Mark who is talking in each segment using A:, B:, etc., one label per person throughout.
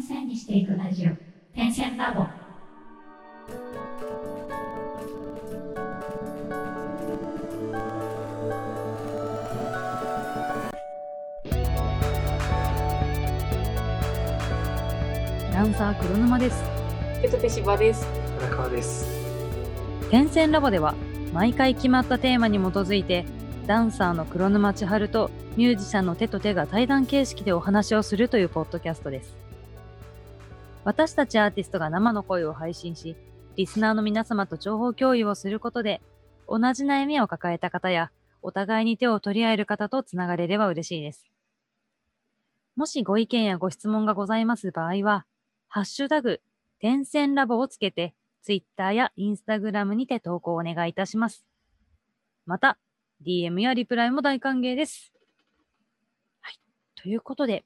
A: 線にしていくラジオ点線ラボ
B: ダンサー黒沼です。
C: ペトテシバです。
D: 荒川です。
B: 天線ラボでは毎回決まったテーマに基づいてダンサーの黒沼千春とミュージシャンの手と手が対談形式でお話をするというポッドキャストです。私たちアーティストが生の声を配信し、リスナーの皆様と情報共有をすることで、同じ悩みを抱えた方や、お互いに手を取り合える方とつながれれば嬉しいです。もしご意見やご質問がございます場合は、ハッシュタグ、点線ラボをつけて、ツイッターやインスタグラムにて投稿をお願いいたします。また、DM やリプライも大歓迎です。はい。ということで、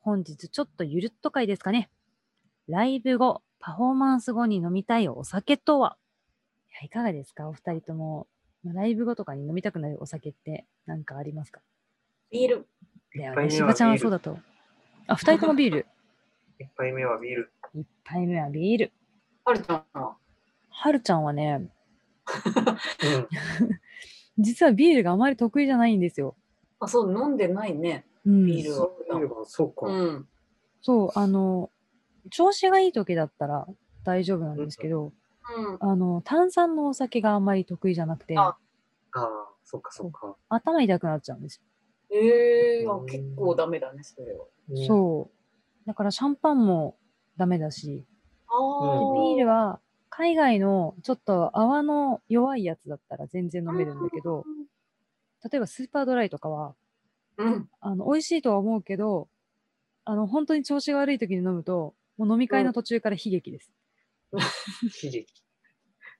B: 本日ちょっとゆるっと会ですかね。ライブ後、パフォーマンス後に飲みたいお酒とはいや、いかがですかお二人とも、まあライブ後とかに飲みたくなるお酒って何かありますか
C: ビール。
B: だよ
D: 一杯目
B: ね。し
D: は
B: ばちゃんはそうだと。あ、二人ともビール。
D: 一杯目はビール。
B: 一杯目はビール。
C: あるじゃん。
B: はるちゃんはね、
D: うん。
B: 実はビールがあまり得意じゃないんですよ。
C: あ、そう、飲んでないね。
B: うん、
C: ビールを
D: そういえばそうか。
C: うん。
B: そう、あの、調子がいい時だったら大丈夫なんですけど、
C: うん。
B: あの、炭酸のお酒があんまり得意じゃなくて、
C: あ
D: ああ、そうかそうか。
B: 頭痛くなっちゃうんです
C: ええ
D: う
C: ー、あ
D: ん
C: 結構ダメだね、それは。
B: よ。
D: ね
B: そう。だからシャンパンもダメだし、
C: あ
B: ビール
C: は
B: は海外のちょっと泡の弱いやつだったら全然飲めるんだけど、。例えばスーパードライとかは、
C: うん。
B: あの、美味しいとは思うけど、あの、本当に調子が悪い時に飲むと、もう飲み会の途中から悲劇です。
D: 悲劇。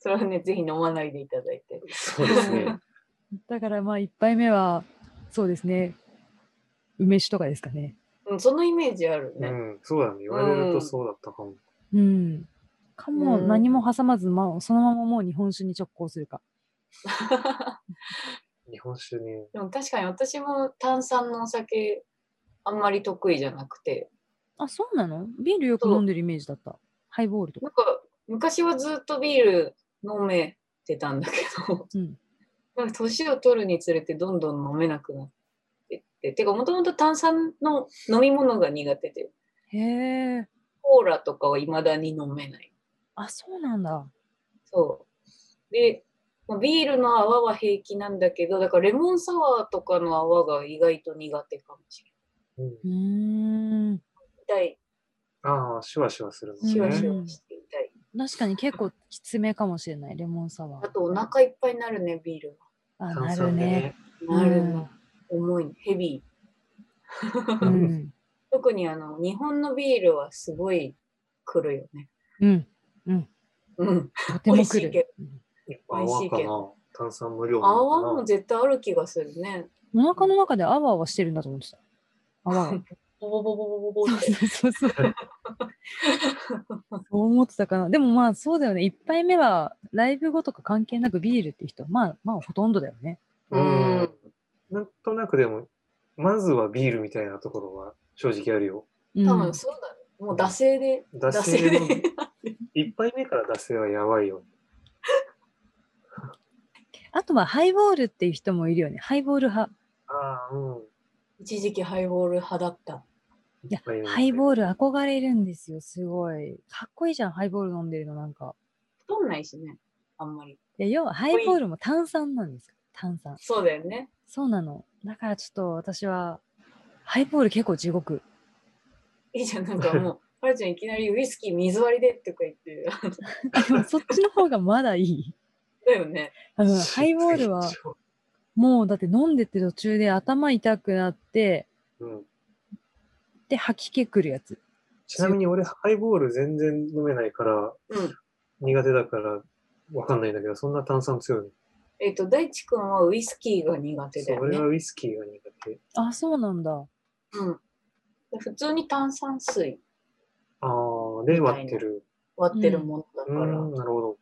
C: それはね、ぜひ飲まないでいただいて。
D: そうです ね。
B: だからまあ、一杯目は、そうですね、梅酒とかですかね。
C: うん、そのイメージある
D: う
C: ね。
D: ん、そうだね。言われるとそうだったかも。
B: うん。かも、
C: うん
B: 何も挟まず、まあ、そのままもう日本酒に直行するか。
D: 日本酒ね。
C: でも確かに私も炭酸のお酒、あんまり得意じゃなくて。
B: あ、そうなのビールよく
C: そう
B: 飲んでるイメージだった。ハイボールとか。
C: なんか、昔はずっとビール飲めてたんだけど。
B: うん。
C: なんか年を取るにつれてどんどん飲めなくなってって、てかもともと炭酸の飲み物が苦手で、
B: へえ。
C: コーラとかはいまだに飲めない。
B: あ、そうなんだ。
C: そう。で、まあビールの泡は平気なんだけど、だからレモンサワーとかの泡が意外と苦手かもしれ
D: うん、
B: うーん。
C: ない。痛い、
D: ああ、シュワシュワするのね。
C: シュワ
B: うん
C: シュワして痛い。
B: 確かに結構きつめかもしれない、レモンサワ
C: あ
B: ー。
C: とお腹いっぱいになるね、ビール
B: あ、
D: 炭
B: なる
D: 酸で
B: ね。
D: ね。
C: は。なる
B: うん
C: の。重い、ヘビー。
B: うん。
C: 特にあの、日本のビールはすごい来るよね。
B: うん。
C: うん。
B: とても
C: 美味し
B: 来
C: いけ
B: る。
C: 美味し
D: 泡
C: い
D: か
C: け
D: な。炭酸無料なの
C: 泡
D: か
C: も
D: な。
C: 絶対ある気がするね。
B: うんお腹の中であわあわしてるんだと思ってた。あわあわ。
C: ボボボボボボボって。
B: そうそう。そう思ってたかな。でもまあそうだよね。一杯目はライブ後とか関係なくビールっていう人はまあまあほとんどだよね。
C: うん
D: うん。なんとなくでも、まずはビールみたいなところは正直あるよ。
B: うん、
C: 多分そうだね。もう惰性で。
D: 惰
C: 惰
D: 性
C: 性で
D: で飲む。。一杯目から惰性はやばいよ。
B: あとはハイボールっていう人もいるよね。ハイボール派。
D: ああ、うん。
C: 一時期ハイボール派だった。
B: いや
D: 一杯目、
B: ハイボール憧れるんですよ。すごい。かっこいいじゃん、ハイボール飲んでるのなんか。
C: 太んないしね。あんまり。
B: いや、要はハイボールも炭酸なんですよ。炭酸。
C: そうだよね。
B: そうなの。だからちょっと私は、ハイボール結構地獄。
C: いいじゃん。なんか もう、はるちゃんいきなりウイスキー水割りでとか言ってる。
B: あでもそっちの方がまだいい。
C: だよね。
B: うん、ハイボールは。もうだって飲んでて途中で頭痛くなって、
D: うん。
B: で吐き気くるやつ。
D: ちなみに俺、ハイボール全然飲めないから、
C: うん。
D: 苦手だから、わかんないんだけど、そんな炭酸強いの。
C: えっ、と、大地君はウイスキーが苦手だ
D: そう
C: よ
D: 俺
C: ね
D: は。ウイスキーが苦手。
B: あ、そうなんだ。
C: うん。普通に炭酸水
D: ああ、で割ってる。
C: 割ってるものだ
D: う
C: から。
D: ん、なるほど。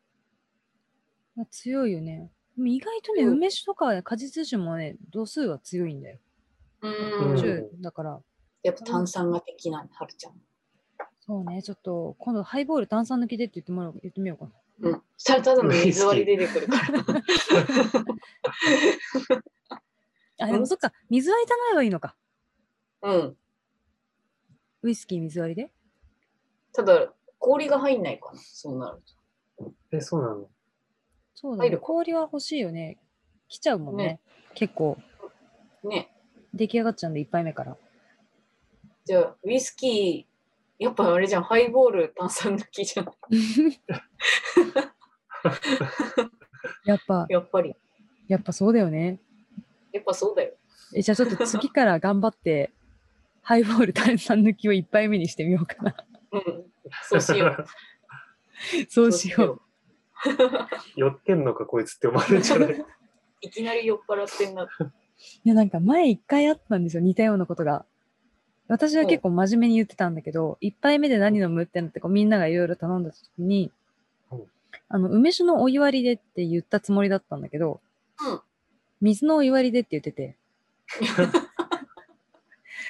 B: 強いよね。でも意外とね、
C: うん
B: 梅酒とか果実酒もね、度数は強いんだよ。
C: うん。
D: うん
B: 10だから、
C: やっぱ炭酸が的なんだ、はるちゃん。
B: そうね、ちょっと今度ハイボール炭酸抜きでって言ってもらおう言ってみようかな。
C: うん。それただの水割り出てくるから。
B: あ、で
C: う
B: も
C: ん
B: そっか、水割りじゃないはいいのか。
C: うん。
B: ウイスキー水割りで
C: ただ、氷が入んないかな。そうなる
D: え、そうなの
B: そうだ
C: 入
B: ね。
C: る
B: 氷は欲しいよね。来ちゃうもんね。
C: ね
B: 結構、
C: と。ね。
B: 出来上がっちゃうんで、1杯目から。
C: じゃあ、ウイスキー、やっぱあれじゃん、ハイボール炭酸抜きじゃん。
B: やっぱ、
C: やっぱり。
B: やっぱそうだよね。
C: やっぱそうだよ。
B: えじゃあちょっと次から頑張って、ハイボール炭酸抜きを1杯目にしてみようか な。
C: うん。そうしよう。
B: そうしよう。
D: 酔ってんのかこいつって思われるん じゃない
C: いきなり酔っ払ってんな。
B: いや、なんか前1回あったんですよ、似たようなことが。私は結構真面目に言ってたんだけど、1杯目で何飲むってなって、こうみんながいろいろ頼んだ時に
D: うん、
B: あの、梅酒のお湯割りでって言ったつもりだったんだけど、
C: うん
B: 水のお湯割りでって言って て。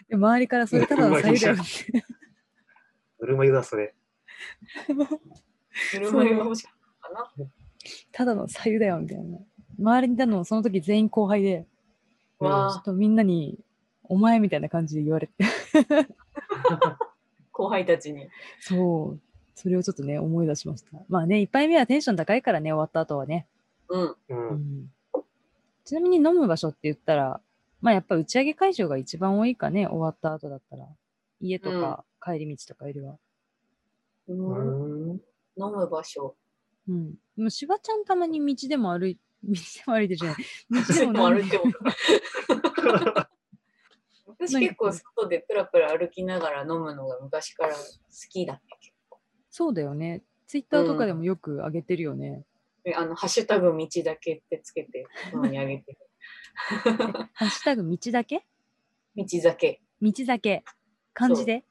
B: で周りからそれただの左右だよね
D: ぬるま湯だ、それ。
C: ぬるま湯が欲しかったかな。
B: ただの左右だよみたいな。周りにいたのその時全員後輩で、
D: うん
C: わ
B: ちょ
C: あ
B: っ、とみんなに、お前みたいな感じで言われて。
C: 後輩たちに。
B: そう。それをちょっとね、思い出しました。まあね、一杯目はテンション高いからね、終わった後はね。
C: うん。
D: う。
B: うんんちなみに飲む場所って言ったら、まあやっぱ打ち上げ会場が一番多いかね、終わった後だったら。家とか帰り道とかよりは。
C: うん、
D: うん。
C: 飲む場所。
B: うん。でも、しばちゃんたまに道でも歩い、 道でも歩いてるじゃない。 道で
C: で
B: も
C: も
B: 飲
C: 歩
B: ん
C: い
B: で
C: ても。私結構外でプラプラ歩きながら飲むのが昔から好きだったけ
B: そうだよね。ツイッターとかでもよく上げてるよね。
C: どであの、ハッシュタグ道だけってつけて、飲み上げてる。
B: ハッシュタグ道だけ
C: 道酒。
B: 道だけ。漢字で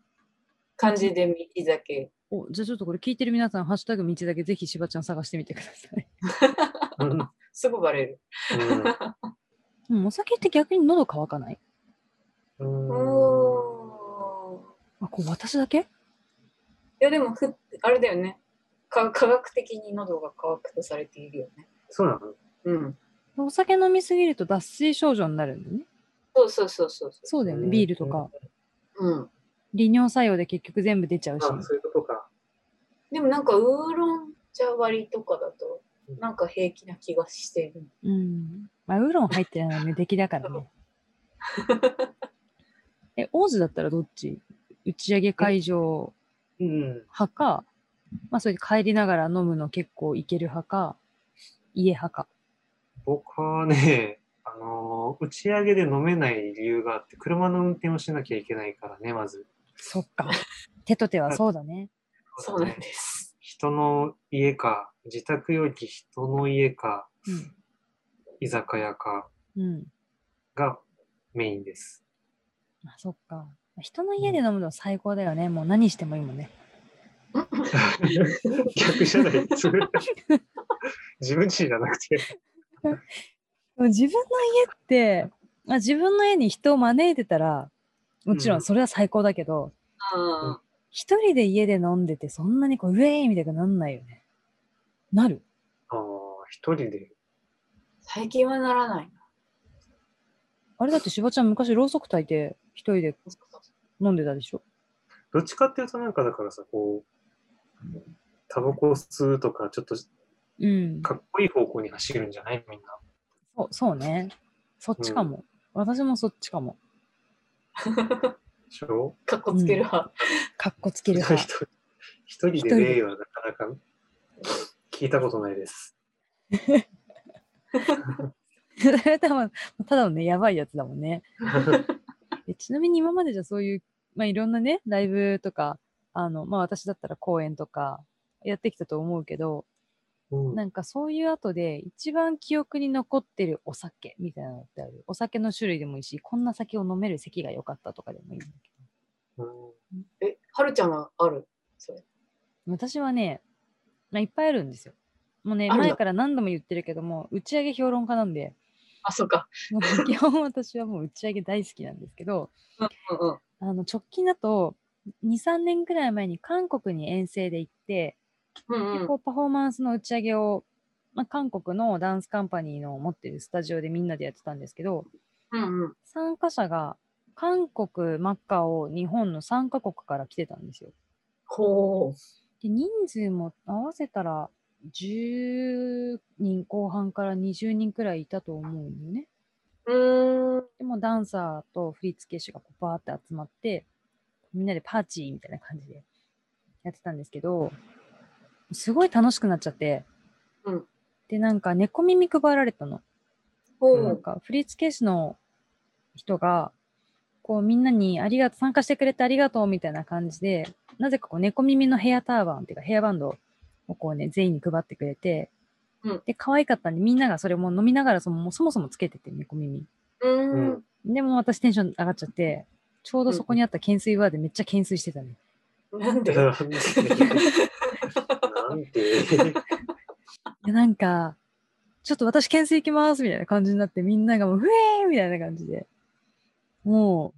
C: 漢字で道酒。
B: お、じゃあちょっとこれ聞いてる皆さん、ハッシュタグ道だけぜひしばちゃん探してみてくださ い。
D: うん。
C: すぐバレる。
B: うん、お酒って逆に喉乾かない
D: うん
C: う
D: うん
C: ーん。
B: あ、これ私だけ
C: いやでもふ、あれだよね。か科学的に喉が乾くとされているよね。
D: そうなの
C: うん。
B: お酒飲みすぎると脱水症状になるんだよね。
C: そうそうそうそうそ
B: そうだよ
D: う
B: ね。
D: ん
B: ビールとか。
C: う。うん。
B: 利尿作用で結局全部出ちゃうし。
D: あ、そういうことか。
C: でもなんかウーロン茶割りとかだとなんか平気な気がしてる。
B: うん。まあ、ウーロン入ってないのね、出来だから ね。え、王子だったらどっち打ち上げ会場
D: うん。
B: 派か、まあ、それで帰りながら飲むの結構いける派か、家派か。
D: 僕はね、 あのー打ち上げで飲めない理由があって、車の運転をしなきゃいけないからね、まず。
B: そっ か。手と手はそうだね。
C: そうなんです。
D: 人の家か、自宅より人の家か、居酒屋か
B: うん。うん。
D: がメインです。
B: まあ、そっか。人の家で飲むの最高だよね。もう何してもいいもんね。
D: 逆じゃないそれ自分ちじゃなくて。
B: でも自分の家って、まあ、自分の家に人を招いてたら、もちろ
D: うんん
B: それは最高だけど、
C: うん。
B: 一人で家で飲んでてそんなにこう、ウェイみたいになんないよね。なる
D: あー一人で。
C: 最近はならないな。
B: あれだってしばちゃん昔ろうそく炊いて一人で飲んでたでしょ
D: どっちかっていうとなんかだからさ、こう、タバコ吸うとか、ちょっと
B: うん。
D: かっこいい方向に走るんじゃないみんな。
B: そうそうね。そっちかも。私もそっちかも。
D: でしょ
C: かっこつける派。
B: かっこつける
D: 一
B: 派。
D: 人 一人で例はなかなか聞いたことないです。
B: それ多分ただのね、やばいやつだもんね。えちなみに今までじゃそういう、まあ、いろんなねライブとかあの、まあ、私だったら公演とかやってきたと思うけど
D: うん
B: なんかそういう後で一番記憶に残ってるお酒みたいなのってあるお酒の種類でもいいしこんな酒を飲める席が良かったとかでもいいんだけ
D: うん
C: え、はるちゃんはあるそれ。
B: ど私はね、まあ、いっぱいあるんですよもうね
C: あるんだ
B: 前から何度も言ってるけども打ち上げ評論家なんで
C: あ、そうか。
B: もう基本私はもう打ち上げ大好きなんですけど
C: うんうん。
B: あの直近だと2、3年くらい前に韓国に遠征で行って、
C: うんう
B: 結
C: ん
B: 構パフォーマンスの打ち上げを、まあ、韓国のダンスカンパニーの持ってるスタジオでみんなでやってたんですけど、
C: うんうん
B: 参加者が韓国、マッカオ、日本の3カ国から来てたんですよ。
C: ほう。
B: で人数も合わせたら10人後半から20人くらいいたと思うんだよね。
C: うーん。
B: でもダンサーと振付師がこうバーって集まってみんなでパーティーみたいな感じでやってたんですけどすごい楽しくなっちゃって、
C: うん
B: でなんか猫耳配られたの。
C: ほ
D: うん
B: なん
C: う。
B: か振付師の人がこうみんなにありがとう参加してくれてありがとうみたいな感じでなぜかこう猫耳のヘアターバンっていうかヘアバンドをこうね全員に配ってくれて、
C: うん
B: で可愛かったんでみんながそれも飲みながらそのもうそもそもつけてて猫耳
C: うーん。
B: でも私テンション上がっちゃってちょうどそこにあった懸垂ワーでめっちゃ懸垂してたね、
C: なんで
D: なんでなんで
B: でなんかちょっと私懸垂行きますみたいな感じになってみんながもうふえーみたいな感じでも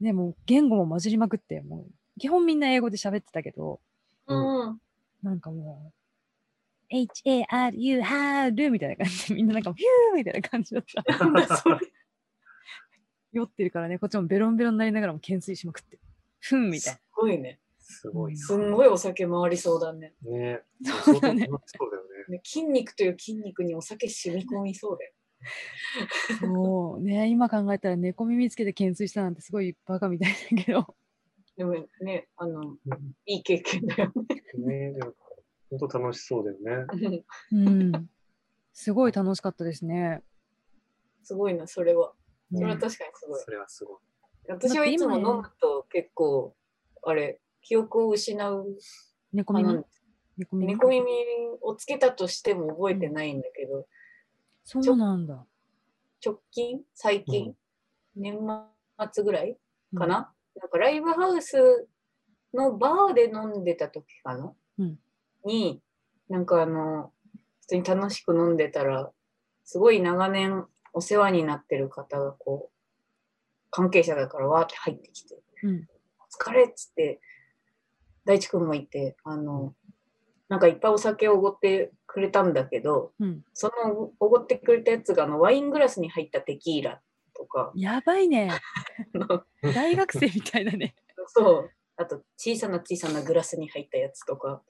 B: うねもう言語も混じりまくってもう基本みんな英語で喋ってたけど
C: うん。
B: なんかもう HARU ハールみたいな感じでみんななんかヒューみたいな感じだった
C: なんだそれ。
B: 酔ってるからねこっちもベロンベロンになりながらも懸垂しまくってふ んみたい
C: すごいね。
D: すごい な。
C: すんごいお酒回りそうだね。
D: ね
B: そうだね
D: 相当楽しそうだよね。
C: ね筋肉という筋肉にお酒染み込みそうだよ。
B: なもうね今考えたら猫耳つけて懸垂したなんてすごいバカみたいだけど
C: でもね、あの、いい経験だよ
D: ねなんか、本当楽しそうだよね。
C: ね。
B: うんすごい楽しかったですね
C: すごいな、それは。
B: うん
C: それは確かにすごい。
D: それはすごい。
C: 私はいつも飲むと結構、あれ、記憶を失う
B: 猫
C: 派な
B: 耳
C: んで。す。
B: 猫耳。
C: 猫耳をつけたとしても覚えてないんだけど、
B: そうなんだ。
C: 直近、最近、年末ぐらいかな、なんかライブハウスのバーで飲んでた時かな、
B: うん
C: に、なんかあの、普通に楽しく飲んでたら、すごい長年お世話になってる方がこう、関係者だからわーって入ってきて、
B: うん
C: お疲れっつって、大地君もいて、あの、なんかいっぱいお酒をおごってくれたんだけど、
B: うん。
C: そのおごってくれたやつがあのワイングラスに入ったテキーラとか、
B: やばいね。
C: あの
B: 大学生みたいだね。
C: そう。あと、小さな小さなグラスに入ったやつとか、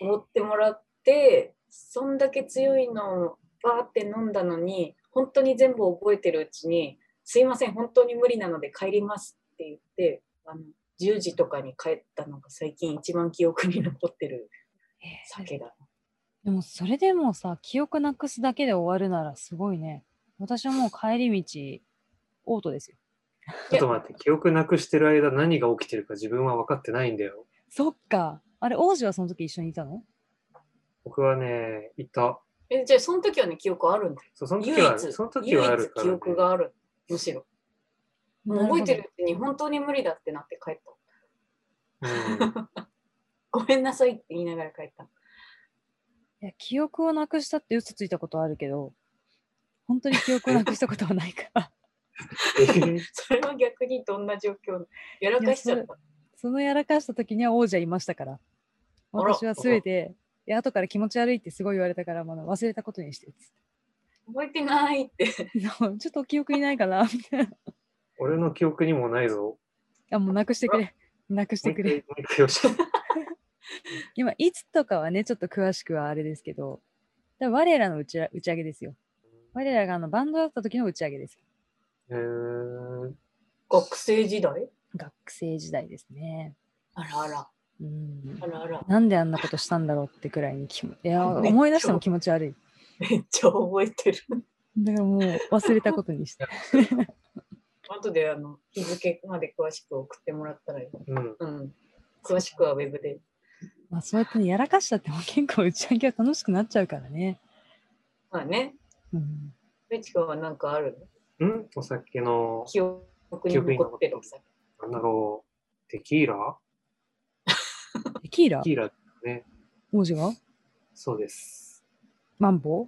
C: 持ってもらって、そんだけ強いのをバーって飲んだのに、本当に全部覚えてるうちに、すいません、本当に無理なので帰りますって言って、あの10時とかに帰ったのが最近一番記憶に残ってる酒だ。
B: でもそれでもさ、記憶なくすだけで終わるならすごいね。私はもう帰り道、オートですよ。
D: ちょっと待って、記憶なくしてる間何が起きてるか自分は分かってないんだよ。
B: そっか。あれ、王子はその時一緒にいたの
D: 僕はね、いた。
C: えじゃあ、その時はね、記憶あるんだよ。
D: そうその
C: 唯
D: 時は、
C: 一、
D: その時はあ
C: 唯
D: る
C: 一
D: から、
C: 記
D: ね。
C: 憶がある。むしろ。もう
B: なるほ
C: 覚
B: ど
C: えてるうちに本当に無理だってなって帰った。
D: うん
C: ごめんなさいって言いながら帰った。
B: いや、記憶をなくしたって嘘ついたことはあるけど、本当に記憶をなくしたことはないから。
D: えー
C: それは逆にどんな状況やらかしちゃった。
B: そのやらかした時には王子はいましたから。
C: あら
B: 私は全て、いや後から気持ち悪いってすごい言われたから、まだ忘れたことにしてっつって
C: 覚えてないって。
B: そうちょっと記憶にないかな みたいな。
D: 俺の記憶にもないぞ。
B: あ、もうなくしてくれ。なくしてくれ。
D: もう一回もう一回教えて
B: 今、いつとかはね、ちょっと詳しくはあれですけど、だから我らの打ち打ち上げですよ。我らがあのバンドだった時の打ち上げです。
D: えー
C: 学生時代
B: 学生時代ですね。
C: あらあら、
B: うん
C: あ。らあら。
B: なんであんなことしたんだろうってくらいに気も、いや、
C: めっちゃ
B: 思い出しても気持ち悪い。
C: めっちゃ覚えてる。
B: だからもう忘れたことにして。
C: 後であの日付まで詳しく送ってもらったらいい。
D: うん、
C: うん。詳しくはウェブで。
B: まあそうやってねやらかしたっても結構打ち上げは楽しくなっちゃうからね。
C: まあね、
B: うん。
C: ベチ君はなんかあるの
D: うん、お酒の、
C: 記憶に残ってるお酒。
D: なんだろう、テキーラ
B: テキーラ
D: テキーラ、
B: 王子が
D: そうです。
B: マンボ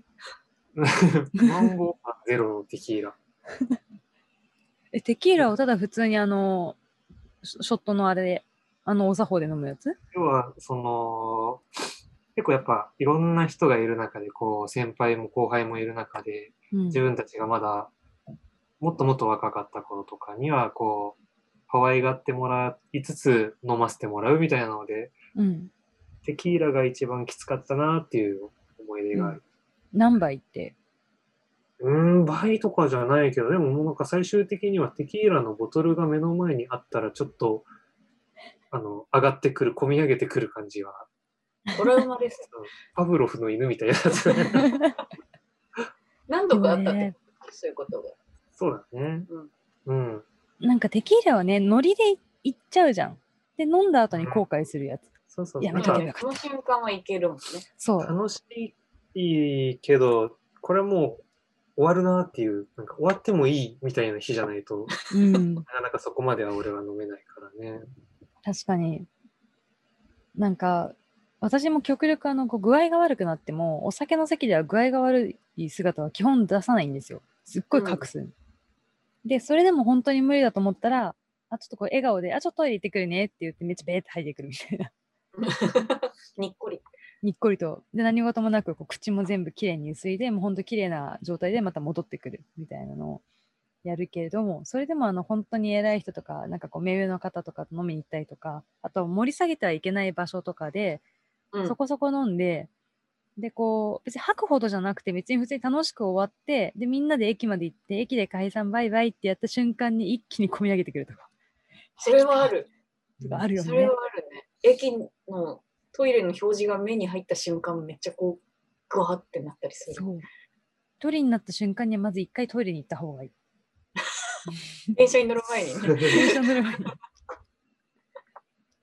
B: ウ
D: マンボウパンゼロのテキーラ。
B: えテキーラをただ普通にあのショショットのあれで、あのお作法で飲むやつ
D: 要は、その、結構やっぱいろんな人がいる中で、こう、先輩も後輩もいる中で、
B: うん
D: 自分たちがまだもっともっと若かった頃とかにはこう可愛がってもらいつつ飲ませてもらうみたいなので
B: うん。
D: テキーラが一番きつかったなっていう思い出がある。
B: 何杯って。
D: うーん、倍とかじゃないけどでももうなんか最終的にはテキーラのボトルが目の前にあったらちょっとあの上がってくる込み上げてくる感じは
C: トラウマ です。
D: パブロフの犬みたいなやつ
C: 何度かあったってこと、そういうことが。
D: そうだね。うん、
B: なんかテキーラはね、ノリでいっちゃうじゃん。で、飲んだ後に後悔するやつ。
D: そうそう
B: いや
D: な
B: め
D: ん
B: ちゃ
D: か
B: くちゃ
C: その瞬間はいけるもんね。
B: そう。
D: 楽しいけど、これもう終わるなっていう、なんか終わってもいいみたいな日じゃないと、
B: うん。
D: なかなかそこまでは俺は飲めないからね。
B: 確かに。なんか、私も極力あの、こう具合が悪くなっても、お酒の席では具合が悪い姿は基本出さないんですよ。すっごい隠す。で、それでも本当に無理だと思ったら、あ、ちょっとこう笑顔で、あ、ちょっとトイレ行ってくるねって言って、めっちゃベーって入ってくるみたいな。
C: にっこり。
B: にっこりと。で、何事もなく、こう口も全部きれいにゆすいで、もう本当綺麗な状態でまた戻ってくるみたいなのをやるけれども、それでもあの本当に偉い人とか、なんかこう目上の方とかと飲みに行ったりとか、あと盛り下げてはいけない場所とかで、
C: うん
B: そこそこ飲んで、で、こう、別に吐くほどじゃなくて、別に普通に楽しく終わって、で、みんなで駅まで行って、駅で解散バイバイってやった瞬間に一気に込み上げてくるとか。
C: それはある。
B: とかあるよ
C: それ
B: ね
C: は。あるね。駅のトイレの表示が目に入った瞬間、めっちゃこう、ぐわってなったりする。
B: そう。トイレになった瞬間にはまず一回トイレに行った方がいい。
C: 電車に乗る前にね。
B: 電車乗る前に。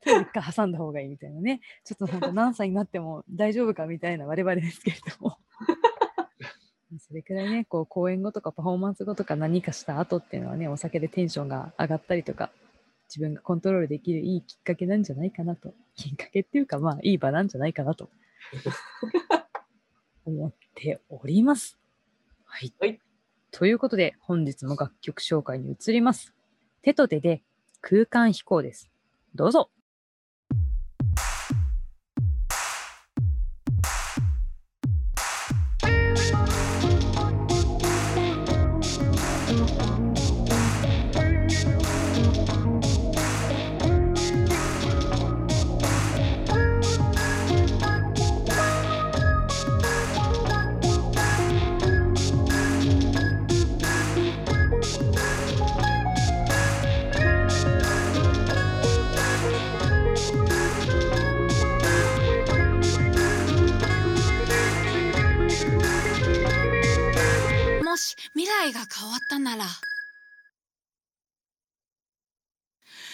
B: 手を一回挟んだ方がいいみたいなね。ちょっと本当何歳になっても大丈夫かみたいな我々ですけれども。それくらいね、こう公演後とかパフォーマンス後とか何かした後っていうのはね、お酒でテンションが上がったりとか、自分がコントロールできるいいきっかけなんじゃないかなと。きっかけっていうか、まあいい場なんじゃないかなと思っております。はい。
C: はい
B: ということで、本日も楽曲紹介に移ります。手と手で空間飛行です。どうぞ。
E: もし未来が変わったなら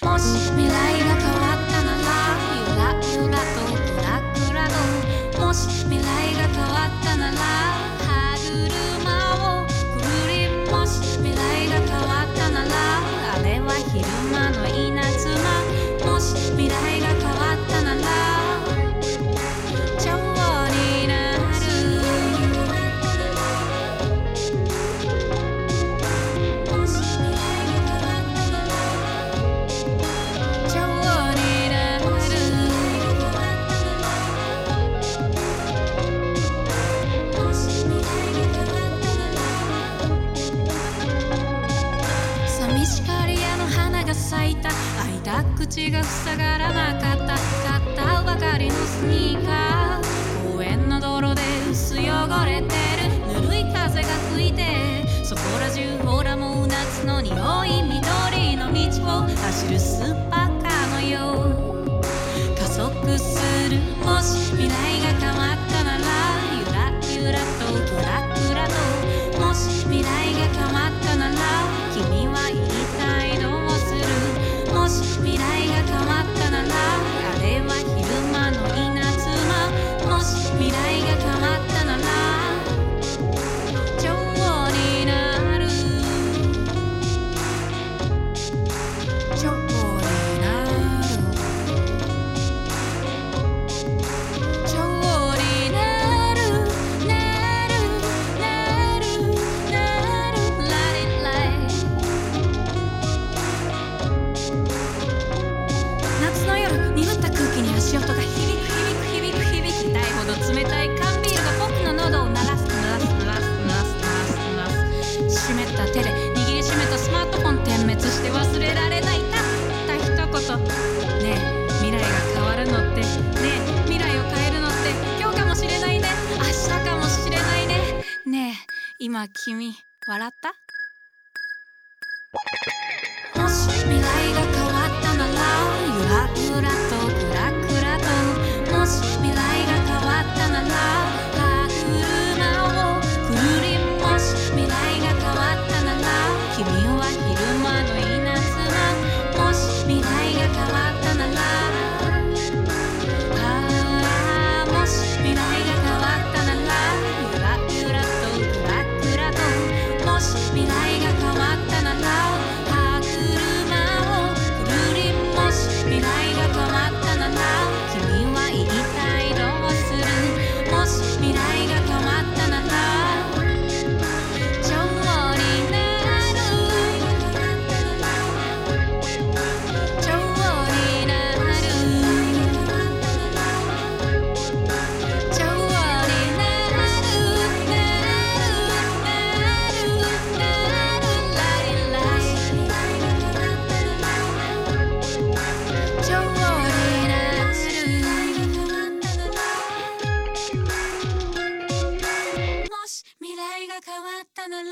E: もし未来が変わったならゆらゆらとくらくらともし未来が変わったなら歯車をくるりもし未来が変わったならあれは昼間の稲妻もし未来が変わったなら茶碗になるもし未来が変わったなら茶碗になるもし未来が変わったなら寂しがり屋の花が咲いた開いた口が塞がらなかった買ったばかりのスニーカー公園の道路で薄汚れてるぬるい風が吹いてそこら中ほらもう夏の匂い緑の道を走るスーパーカーのよう加速するもし未来が変わったならゆらゆらとぐらぐらともし未来が変わったなら君は一体どうするもし未来が変わったならあれは昼間の稲妻もし未来が変わったなら情になる情になる「情になる」「情になる」今君笑ったもし未来が変わったならゆらゆらとくらくらともし未来が変わったなら歯車をくるりもし未来が変わったなら君は昼間の稲妻もし未来が変わったならああもし未来が変わったならゆらゆらとくらくらともし未来が変わったなら歯車をくるりもし未来が変わったなら君は一体どうするもし未来が変わったなら情報になる情報になる「ちょうになるなるなるなるライライ」「ちょうになる」「もし未来が変わったなら」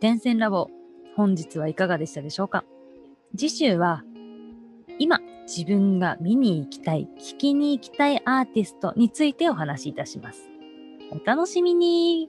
B: 電線ラボ本日はいかがでしたでしょうか次週は今自分が見に行きたい聞きに行きたいアーティストについてお話しいたしますお楽しみに